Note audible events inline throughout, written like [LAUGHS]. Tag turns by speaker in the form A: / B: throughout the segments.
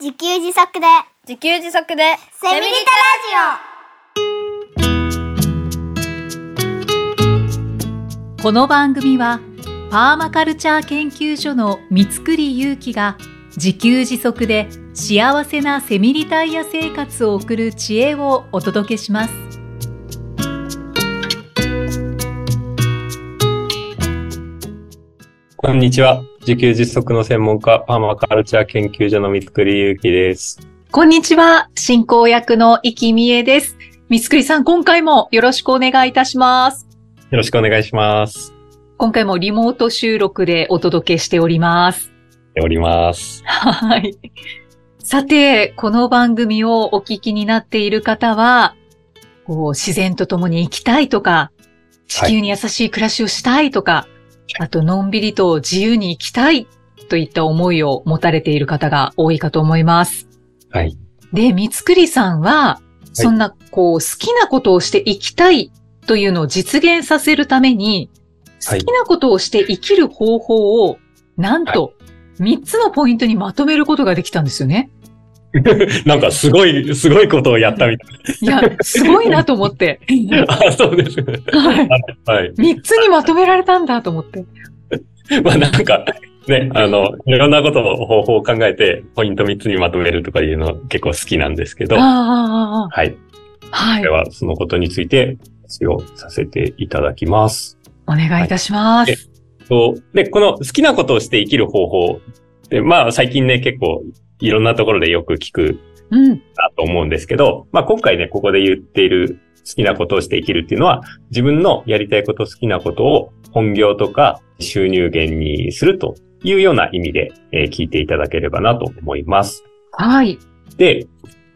A: 自給自足で
B: 自給自足で
A: セミリタ
C: この番組はパーマカルチャー研究所の三栗祐樹が自給自足で幸せなセミリタイヤ生活を送る知恵をお届けします
D: こんにちは。自給自足の専門家、パーマカルチャー研究所の三栗祐樹です。
C: こんにちは進行役の生きみえです三栗さん今回もよろしくお願いいたします
D: よろしくお願いします。
C: 今回もリモート収録でお届けしております
D: しております。
C: はい。さて、この番組をお聞きになっている方は、こう自然と共に生きたいとか、地球に優しい暮らしをしたいとか、あとのんびりと自由に生きたいといった思いを持たれている方が多いかと思います。
D: はい。
C: で、三つくりさんは、そんな、こう、好きなことをして生きたいというのを実現させるために、
D: は
C: 好
D: い
C: きなことをして生きる方法を、なんと、三つのポイントにまとめることができたんですよ
D: [LAUGHS]
C: ね。
D: なんかすごい、すごいことをやったみた
C: いや、すごいなと思って。
D: いな。あ、そうですね。
C: はい。
D: はい。
C: 三つにまとめられたんだと思って。
D: まあなんか、ね、あの、いろんなことを方法を考えて、ポイント3つにまとめるとかいうの結構好きなんですけど、は
C: ああ、
D: い。
C: は
D: で
C: い。
D: は、そのことについて、使用させていただきます。
C: お願いいたします。
D: と、で、この好きなことをして生きる方法で、まあ最近ね、結構いろんなところでよく聞く
C: うん。
D: なと思うんですけど、まあ今回ね、ここで言っている好きなことをして生きるっていうのは、自分のやりたいこと、好きなことを本業とか収入源にするというような意味で、えー聞いていただければなと思います。
C: はい。
D: で、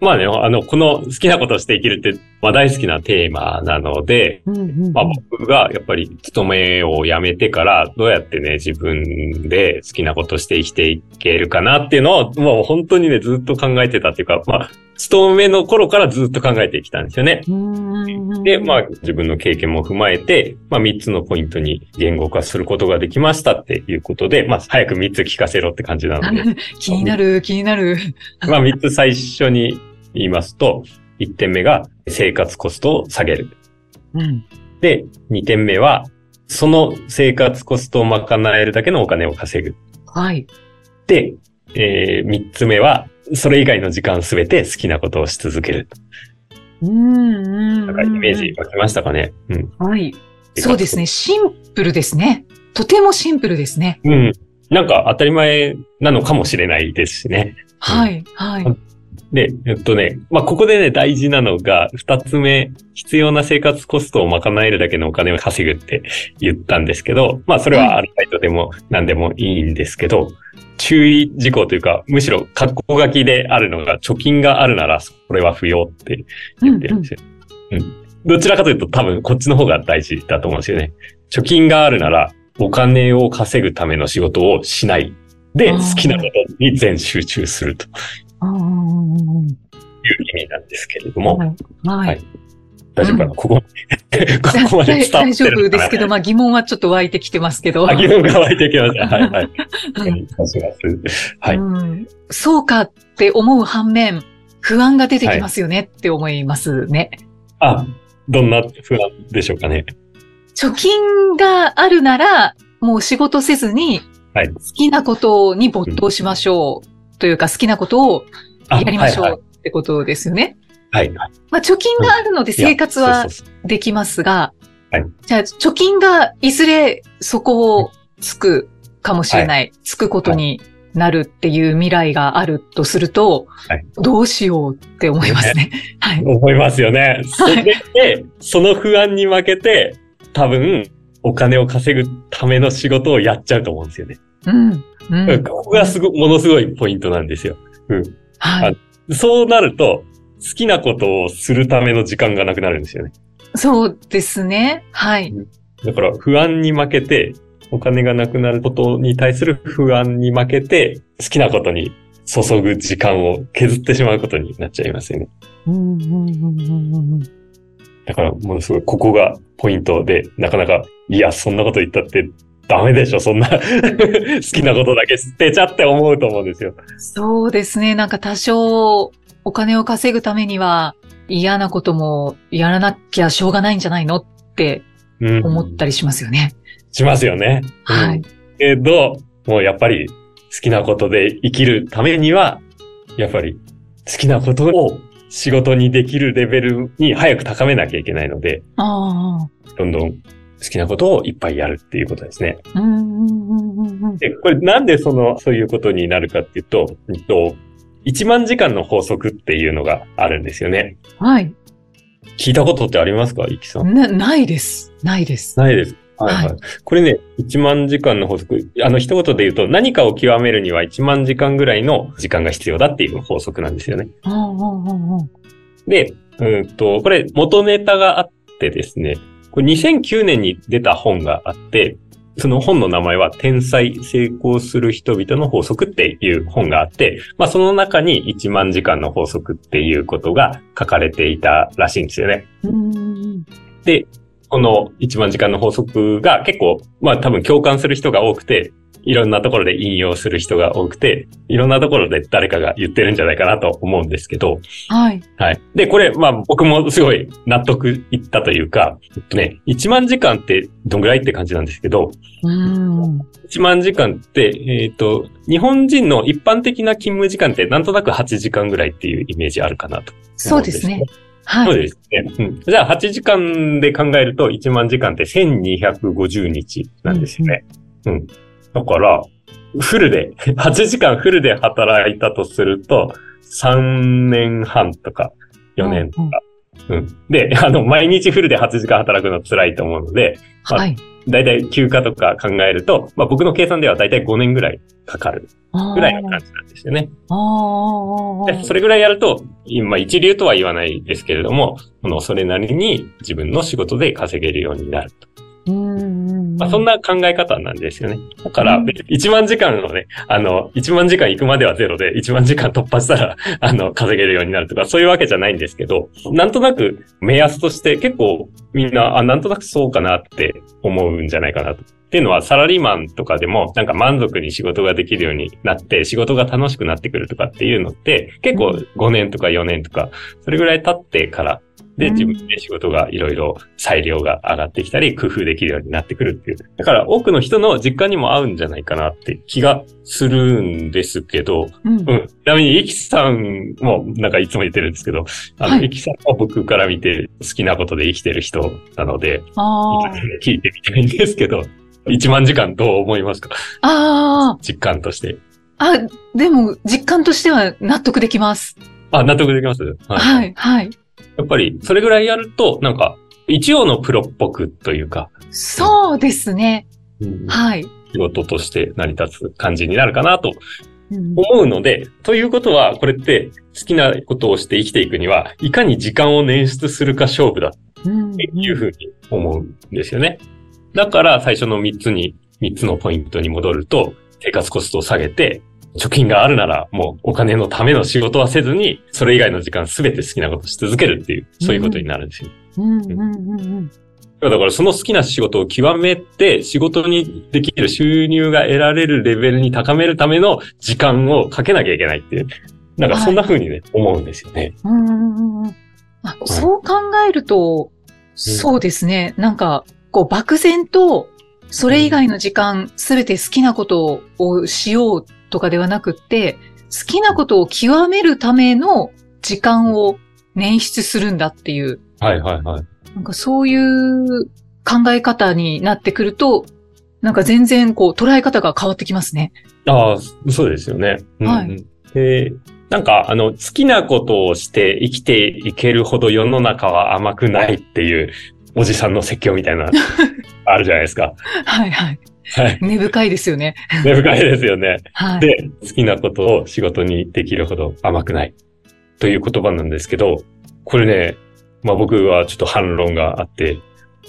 D: まあね、あの、この好きなことをして生きるって、まあ大好きなテーマなので、
C: うんうんうん
D: まあ、僕がやっぱり勤めを辞めてからどうやってね自分で好きなことして生きていけるかなっていうのをもう本当にねずっと考えてたっていうか、まあ、勤めの頃からずっと考えてきたんですよね。
C: うんうんうん
D: で、まあ自分の経験も踏まえて、まあ3つのポイントに言語化することができましたっていうことで、まあ早く3つ聞かせろって感じ
C: [LAUGHS]
D: なので、
C: [LAUGHS] 気になる、気になる。
D: まあ3つ最初に言いますと、1点目が生活コストを下げる。
C: うん。
D: で、2点目は、その生活コストを賄えるだけのお金を稼ぐ。
C: はい。
D: で、えー、3つ目は、それ以外の時間すべて好きなことをし続ける。
C: うんうんうん。
D: なんかイメージ湧きましたかねうん。
C: はい。そうですね。シンプルですね。とてもシンプルですね。
D: うん。なんか当たり前なのかもしれないですしね。
C: はい。はい。
D: で、えっとね、まあ、ここでね、大事なのが、二つ目、必要な生活コストを賄えるだけのお金を稼ぐって言ったんですけど、まあ、それはアルバイトでも何でもいいんですけど、注意事項というか、むしろ、格好書きであるのが、貯金があるなら、それは不要って言ってるんですよ。うん、どちらかというと、多分、こっちの方が大事だと思うんですよね。貯金があるなら、お金を稼ぐための仕事をしない。で、
C: あ
D: 好
C: ー
D: きなことに全集中すると。
C: うんうんうんうん
D: いう意味なんですけれども、
C: はい。
D: はい大丈夫かな、ここ、ここまで [LAUGHS] 伝わって
C: 大
D: るかな
C: 大丈夫ですけど、まあ疑問はちょっと湧いてきてますけど。
D: あ、疑問が湧いてきました。はい、はい。
C: う
D: お
C: ん
D: 願いします。はい。
C: うんそうかって思う反面、不安が出てきますよねって思いますね。
D: あ、どんな不安でしょうかね。
C: 貯金があるなら、もう仕事せずに、
D: はい
C: 好きなことに没頭しましょう。というか、好きなことを
D: あ
C: やりましょ
D: はい、は
C: うってことですよね。
D: いはい。
C: まあ、貯金があるので生活
D: いや
C: は
D: そうそうそう
C: できますが、
D: はい
C: じゃあ、貯金がいずれそこをつくかもしれない、つくことになるっていう未来があるとすると、
D: はい
C: どうしようって思い
D: [LAUGHS]
C: ますね。はい。
D: 思いますよね。それで、その不安に負けて、多分、お金を稼ぐための仕事をやっちゃうと思うんですよね。
C: うん。うん。
D: ここがすご、ものすごいポイントなんですよ。
C: は
D: あ
C: い。
D: そうなると、好きなことをするための時間がなくなるんですよね。
C: そうですね。はい。
D: だから不安に負けて、お金がなくなることに対する不安に負けて、好きなことに注ぐ時間を削ってしまうことになっちゃいますよね。
C: うんうんうんうんうん
D: だからものすごい、ここがポイントで、なかなか、いや、そんなこと言ったってダメでしょ、そんな [LAUGHS] 好きなことだけ捨てちゃって思うと思うんですよ。
C: そうですね。なんか多少お金を稼ぐためには嫌なこともやらなきゃしょうがないんじゃないのって
D: うん。
C: 思ったりしますよね。
D: しますよね。うん
C: はい。
D: けど、もうやっぱり好きなことで生きるためには、やっぱり好きなことを仕事にできるレベルに早く高めなきゃいけないので、
C: あ
D: どんどん好きなことをいっぱいやるっていうことですね。
C: あ。うんうんうんうんうん。
D: で、これなんでその、そういうことになるかっていうと、えっと、1万時間の法則っていうのがあるんですよね。
C: はい。
D: 聞いたことってありますか、いきさん。
C: な、ないです。ないです。
D: ないです。はいはい。
C: は
D: これね、1万時間の法則、あの、一言で言うと、何かを極めるには1万時間ぐらいの時間が必要だっていう法則なんですよね。
C: うんうんうんうん。
D: で、うーんと、これ、元ネタがあってですね、これ2009年に出た本があって、その本の名前は、天才成功する人々の法則っていう本があって、まあその中に1万時間の法則っていうことが書かれていたらしいんですよね。
C: うんうんうん
D: で、この1万時間の法則が結構、まあ多分共感する人が多くて、いろんなところで引用する人が多くて、いろんなところで誰かが言ってるんじゃないかなと思うんですけど、
C: はい。
D: はい。で、これ、まあ僕もすごい納得いったというか、えっとね、1万時間ってどんぐらいって感じなんですけど、
C: うん。
D: 1万時間って、えっ、と、日本人の一般的な勤務時間ってなんとなく8時間ぐらいっていうイメージあるかなと。
C: そうですね。は
D: そう
C: い。
D: ですね。うん、じゃあ、8時間で考えると、1万時間って1250日なんですよね。うん。だから、フルで、8時 [LAUGHS] 間フルで働いたとすると、3年半とか、4年とか。うん。で、あの、毎日フルで8時間働くの辛いと思うので、
C: はい。
D: だいたい休暇とか考えると、まあ僕の計算ではだいたい5年ぐらいかかるぐらいの感じなんですよね。
C: あーあー。あ
D: で
C: ー
D: それぐらいやると、今一流とは言わないですけれども、このそれなりに自分の仕事で稼げるようになると。
C: うんうん
D: まあ、そんな考え方なんですよね。だから、
C: うん
D: 1万時間のね、あの、1万時間行くまではゼロで、1万時間突破したら、 [LAUGHS] あの、稼げるようになるとか、そういうわけじゃないんですけど、なんとなく目安として結構みんな、あ、なんとなくそうかなって思うんじゃないかなと。っていうのは、サラリーマンとかでも、なんか満足に仕事ができるようになって、仕事が楽しくなってくるとかっていうのって、結構5年とか4年とか、それぐらい経ってか
C: う
D: ら、で、
C: ん
D: 自分で仕事がいろいろ裁量が上がってきたり、工夫できるようになってくるっていう。だから多くの人の実感にも合うんじゃないかなって気がするんですけど、
C: うん
D: うん。ちなみに、イキさんも、なんかいつも言ってるんですけど、あの、
C: はい
D: イキさんは僕から見て好きなことで生きてる人なので、
C: あー
D: 聞いてみたいんですけど、1万時間どう思いますか
C: あー。
D: 実感として。
C: あ、でも、実感としては納得できます。
D: あ、納得できます
C: は。い、はい。
D: やっぱり、それぐらいやると、なんか、一応のプロっぽくというか、
C: そうですね。はい。
D: 仕事として成り立つ感じになるかなと
C: うん
D: 思うので、ということは、これって好きなことをして生きていくには、いかに時間を捻出するか勝負だ
C: うん
D: っていうふうに思うんですよね。だから最初の3つに、3つのポイントに戻ると、生活コストを下げて、貯金があるならもうお金のための仕事はせずに、それ以外の時間すべて好きなことをし続けるっていう、そういうことになるんですよ。
C: うんうんうんうん
D: だからその好きな仕事を極めて、仕事にできる収入が得られるレベルに高めるための時間をかけなきゃいけないっていう、なんかそんな風にね、思うんですよね。
C: うんうんうんあそう考えると、そうですね。なんか、こう、漠然と、それ以外の時間、すべて好きなことをしようとかではなくって、好きなことを極めるための時間を捻出するんだっていう、
D: はいはいはい。
C: なんかそういう考え方になってくると、なんか全然こう捉え方が変わってきますね。 [LAUGHS]
D: ああ、そうですよね。うんうん
C: はい
D: で、なんか、あの、好きなことをして生きていけるほど世の中は甘くないっていう、おじさんの説教みたいな、
C: [LAUGHS]
D: あるじゃないですか。
C: はいはい。
D: はい。
C: 根深いですよね。
D: 根深いですよね。
C: はい。
D: で、好きなことを仕事にできるほど甘くないという言葉なんですけど、これね、まあ僕はちょっと反論があって、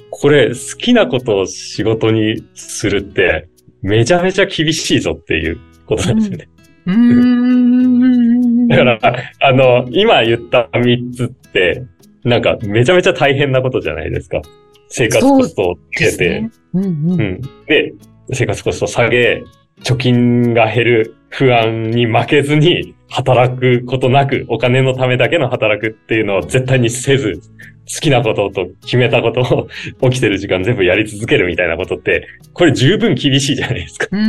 D: これ好きなことを仕事にするって、めちゃめちゃ厳しいぞっていうことなんですよね。
C: うーん。
D: だから、あの、今言った3つって、なんかめちゃめちゃ大変なことじゃないですか。生活コストをつけ
C: で
D: て。
C: すね、うんうん
D: うん。で、生活コスト下げ、貯金が減る不安に負けずに、働くことなく、お金のためだけの働くっていうのを絶対にせず、好きなことと決めたことを起きてる時間全部やり続けるみたいなことって、これ十分厳しいじゃないですか。
C: うー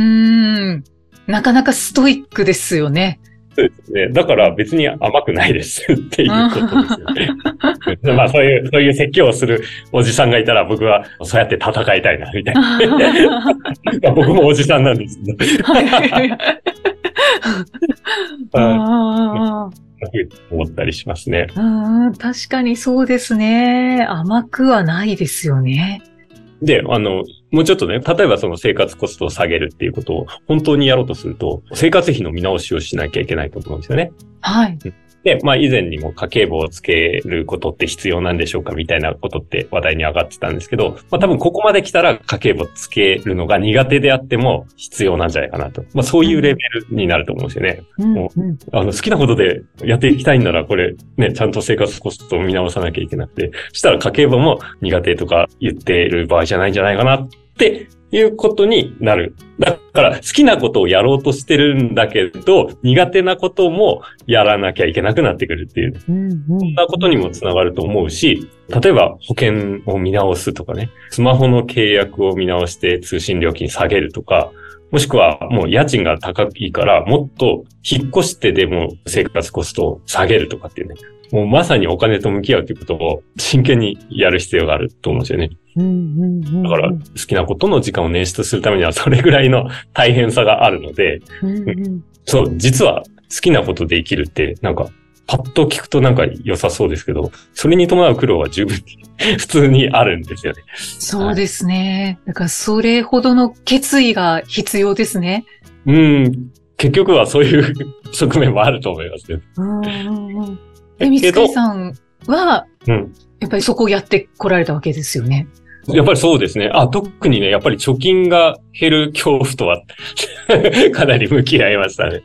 C: ん。なかなかストイックですよ
D: [LAUGHS]
C: ね。
D: そうですね。だから別に甘くないですっていうことです
C: [LAUGHS]
D: よね。まあそういう、そういう説教をするおじさんがいたら僕はそうやって戦いたいな、みたいな。
C: は
D: まあ僕もおじさんなんですけど。
C: い
D: [LAUGHS] はい
C: あ
D: 思ったりしますね。
C: ーうん確かにそうですね。甘くはないですよね。
D: で、あの、もうちょっとね、例えばその生活コストを下げるっていうことを本当にやろうとすると、生活費の見直しをしなきゃいけないと思うんですよね。
C: はい。
D: で、まあ以前にも家計簿をつけることって必要なんでしょうかみたいなことって話題に上がってたんですけど、まあ多分ここまで来たら家計簿つけるのが苦手であっても必要なんじゃないかなと。まあそういうレベルになると思うんですよね。
C: うん
D: お
C: うん
D: あの、好きなことでやっていきたいんなら、これ、ね、ちゃんと生活コストを見直さなきゃいけなくて、そしたら家計簿も苦手とか言ってる場合じゃないんじゃないかなっていうことになる。だから、好きなことをやろうとしてるんだけど、苦手なこともやらなきゃいけなくなってくるっていう、そ
C: うんうん
D: んなことにもつながると思うし、例えば保険を見直すとかね、スマホの契約を見直して通信料金下げるとか、もしくはもう家賃が高いから、もっと引っ越してでも生活コストを下げるとかっていうね。もうまさにお金と向き合うということを真剣にやる必要があると思うんですよね。
C: うんうんうん
D: だから好きなことの時間を捻出するためにはそれぐらいの大変さがあるので、
C: うんうん
D: そう、実は好きなことで生きるってなんかパッと聞くとなんか良さそうですけど、それに伴う苦労は十分に [LAUGHS] 普通にあるんですよね。
C: そうですね。だから、それほどの決意が必要ですね。
D: うん、結局はそういう [LAUGHS] 側面もあると思いますね。
C: うんうんうんで、三
D: けど
C: つさんは、
D: うん。
C: やっぱりそこをやってこられたわけですよね。
D: やっぱりそうですね。あ、特にね、やっぱり貯金が減る恐怖とは、 [LAUGHS] かなり向き合いましたね。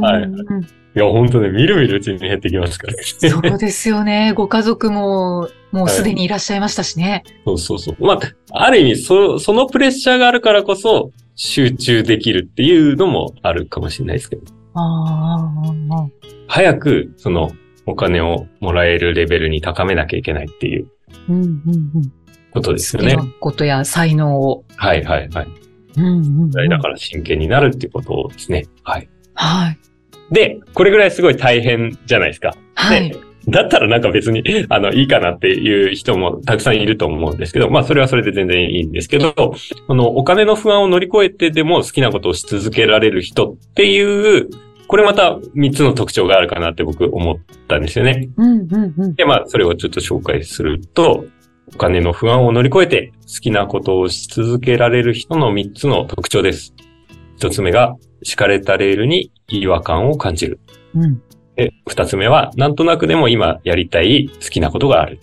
D: はい
C: うんうんうん
D: いや、本当ね、みるみるうちに減ってきますから。
C: そうですよね。ご家族も、もうすでにいらっしゃいましたしね。
D: [LAUGHS] そうそうそう。まあ、ある意味、そ、そのプレッシャーがあるからこそ、集中できるっていうのもあるかもしれないですけど。
C: ああ、
D: 早く、その、お金をもらえるレベルに高めなきゃいけないっていう
C: うんうんうん。
D: ことですよね。
C: 好きなことや才能を。
D: はいはいはい。
C: うんうんうん
D: だから真剣になるっていうことですね。はい。
C: はい。
D: で、これぐらいすごい大変じゃないですか。
C: はい。
D: だったらなんか別に、 [LAUGHS] あの、いいかなっていう人もたくさんいると思うんですけど、まあそれはそれで全然いいんですけど、あの、お金の不安を乗り越えてでも好きなことをし続けられる人っていう、これまた3つの特徴があるかなって僕思ったんですよね。
C: うんうんうん。
D: で、まあそれをちょっと紹介すると、お金の不安を乗り越えて好きなことをし続けられる人の3つの特徴です。1つ目が、敷かれたレールに違和感を感じる。
C: うん
D: で、二つ目は、なんとなくでも今やりたい好きなことがある。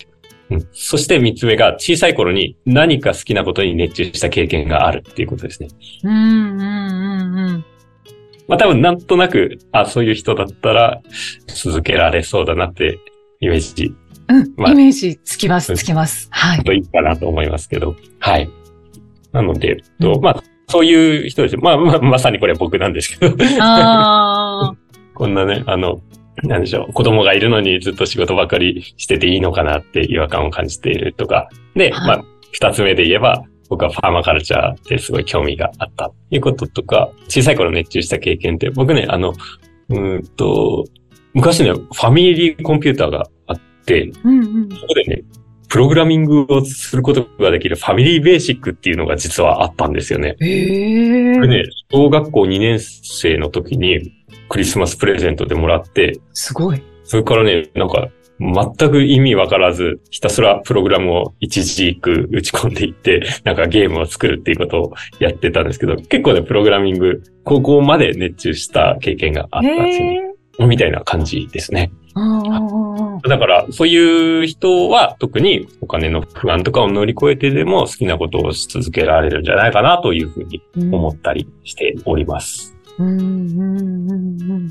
D: うん、そして三つ目が、小さい頃に何か好きなことに熱中した経験があるっていうことですね。
C: うんうんうんうん。
D: まあ多分なんとなく、あ、そういう人だったら続けられそうだなってイメージ、ち
C: うん。
D: まあ
C: イメージつきま
D: う
C: す、
D: ん
C: つきます。は
D: ょ
C: い
D: っ。といいかなと思いますけど。はい。なので、えっとまあ、そういう人です。まあ、まあ、まさにこれ僕なんですけど。 [LAUGHS]
C: ああ。
D: こんなね、あの、なんでしょう、子供がいるのにずっと仕事ばかりしてていいのかなって違和感を感じているとか。で、
C: はい
D: まあ、二つ目で言えば、僕はファーマカルチャーってすごい興味があったということとか、小さい頃熱中した経験って、僕ね、あの、うーんと、昔ね、ファミリーコンピューターがあって、
C: うんうん。
D: そこでね、プログラミングをすることができるファミリーベーシックっていうのが実はあったんですよね。
C: ええ
D: これね、小学校2年生の時にクリスマスプレゼントでもらって、
C: すごい。
D: それからね、なんか、全く意味わからず、ひたすらプログラムを一字一句打ち込んでいって、 [LAUGHS] なんかゲームを作るっていうことをやってたんですけど、結構ね、プログラミング、高校まで熱中した経験があったんですよね。
C: え。
D: みたいな感じですね。
C: ああ。
D: だから、そういう人は特にお金の不安とかを乗り越えてでも好きなことをし続けられるんじゃないかなというふうに思ったりしております。
C: うんうんうんうん。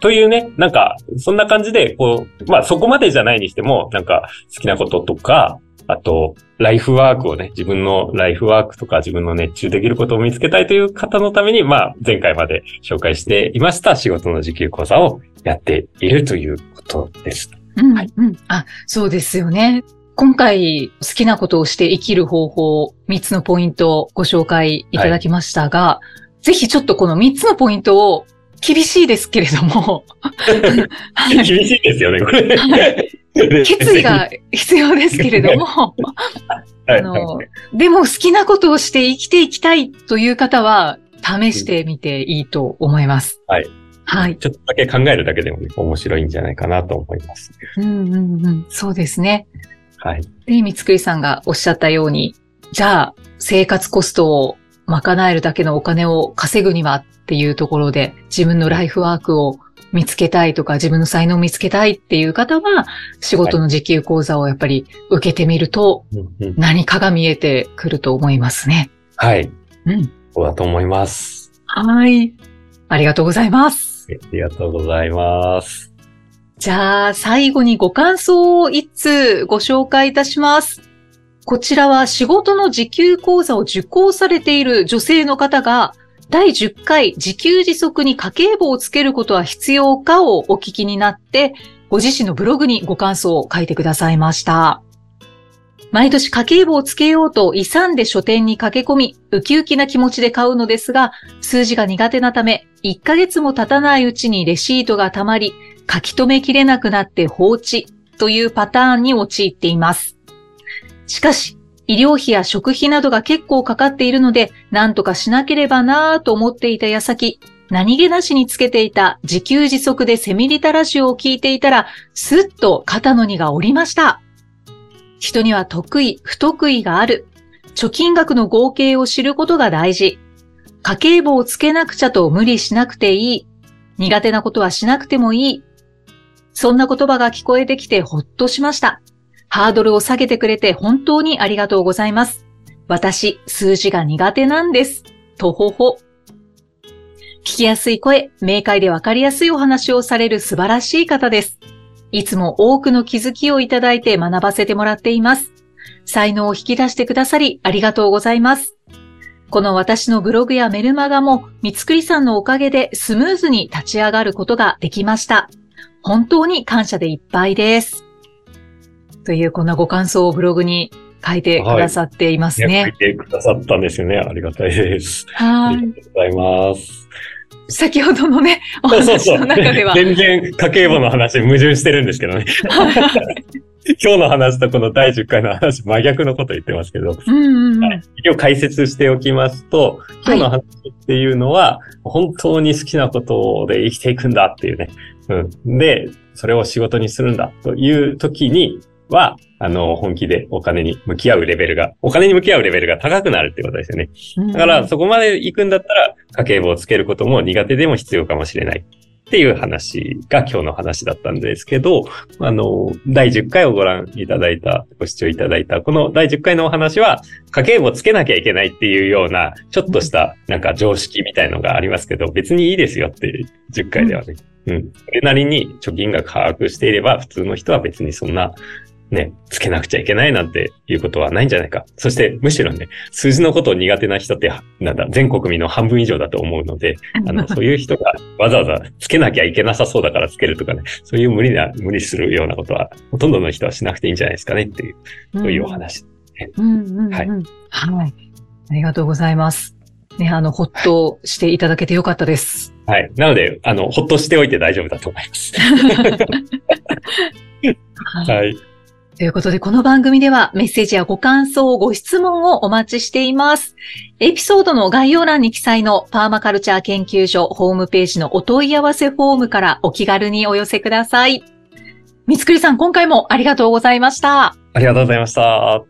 D: というね、なんか、そんな感じで、こう、まあそこまでじゃないにしても、なんか、好きなこととか、あと、ライフワークをね、自分のライフワークとか自分の熱中できることを見つけたいという方のために、まあ、前回まで紹介していました仕事の時給講座をやっているということです。
C: うん、
D: はい
C: うん。あ、そうですよね。今回好きなことをして生きる方法、3つのポイントをご紹介いただきましたが、ぜひちょっとこの3つのポイントを厳しいですけれど
D: [LAUGHS]
C: も、はい
D: 厳しいですよね、これ。 [LAUGHS]
C: 決意が必要ですけれども、
D: は
C: あ
D: い、
C: の、でも好きなことをして生きていきたいという方は、試してみていいと思います。
D: はい。
C: はい。
D: ちょっとだけ考えるだけでもね、面白いんじゃないかなと思います。
C: うんうんうん。そうですね。
D: はい。
C: で、三つくりさんがおっしゃったように、じゃあ、生活コストを賄えるだけのお金を稼ぐにはっていうところで、自分のライフワークを見つけたいとか、自分の才能を見つけたいっていう方は、仕事の時給講座をやっぱり受けてみると、
D: うんうん
C: 何かが見えてくると思いますね。
D: はい。
C: うん。
D: そうだと思います。
C: はい。ありがとうございます。
D: ありがとうございます。
C: じゃあ、最後にご感想を一通ご紹介いたします。こちらは仕事の時給講座を受講されている女性の方が、第10回自給自足に家計簿をつけることは必要かをお聞きになって、ご自身のブログにご感想を書いてくださいました。毎年家計簿をつけようと遺産で書店に駆け込み、ウキウキな気持ちで買うのですが、数字が苦手なため、1ヶ月も経たないうちにレシートが溜まり、書き留めきれなくなって放置というパターンに陥っています。しかし、医療費や食費などが結構かかっているので、何とかしなければなぁと思っていた矢先、何気なしにつけていた自給自足でセミリタラジオを聞いていたら、すっと肩の荷が下りました。人には得意、不得意がある。貯金額の合計を知ることが大事。家計簿をつけなくちゃと無理しなくていい。苦手なことはしなくてもいい。そんな言葉が聞こえてきてほっとしました。ハードルを下げてくれて本当にありがとうございます。私、数字が苦手なんです。とほほ。聞きやすい声、明快でわかりやすいお話をされる素晴らしい方です。いつも多くの気づきをいただいて学ばせてもらっています。才能を引き出してくださりありがとうございます。この私のブログやメルマガも、三つくりさんのおかげでスムーズに立ち上がることができました。本当に感謝でいっぱいです。という、こんなご感想をブログに書いてくださっています
D: ね、書い
C: ね。
D: てくださったんですよね。ありがたいです。
C: は
D: あ
C: い
D: り。がとうございます。
C: 先ほどのね、お
D: [LAUGHS] そうそう
C: 話
D: そう
C: の中では。
D: 全然家計簿の話矛盾してるんですけど
C: [LAUGHS]
D: ね。今日の話とこの第10回の話真逆のこと言ってますけど、
C: うんうんうん。
D: 一応解説しておきますと、今日の話っていうのは、本当に好きなことで生きていくんだっていうね。うん。で、それを仕事にするんだという時には、あの、本気でお金に向き合うレベルが、お金に向き合うレベルが高くなるってことですよね。だから、そこまで行くんだったら、家計簿をつけることも苦手でも必要かもしれない。っていう話が今日の話だったんですけど、あの、第10回をご覧いただいた、ご視聴いただいた、この第10回のお話は、家計簿つけなきゃいけないっていうような、ちょっとした、なんか常識みたいのがありますけど、別にいいですよっていう、10回ではね。うん。それなりに貯金が把握していれば、普通の人は別にそんな、ね、つけなくちゃいけないなんていうことはないんじゃないか。そして、むしろね、数字のことを苦手な人って、なんだ、全国民の半分以上だと思うので、あの、そういう人がわざわざつけなきゃいけなさそうだからつけるとかね、そういう無理な、無理するようなことは、ほとんどの人はしなくていいんじゃないですかねっていう、そういうお話。
C: うんうんうん
D: はい
C: はい。ありがとうございます。ね、あの、ほっとしていただけてよかった
D: [LAUGHS]
C: です。
D: はい。なので、あの、ほっとしておいて大丈夫だと思います。
C: はい。
D: はい。
C: ということで、この番組ではメッセージやご感想、ご質問をお待ちしています。エピソードの概要欄に記載のパーマカルチャー研究所ホームページのお問い合わせフォームからお気軽にお寄せください。三つくりさん、今回もありがとうございました。
D: ありがとうございました。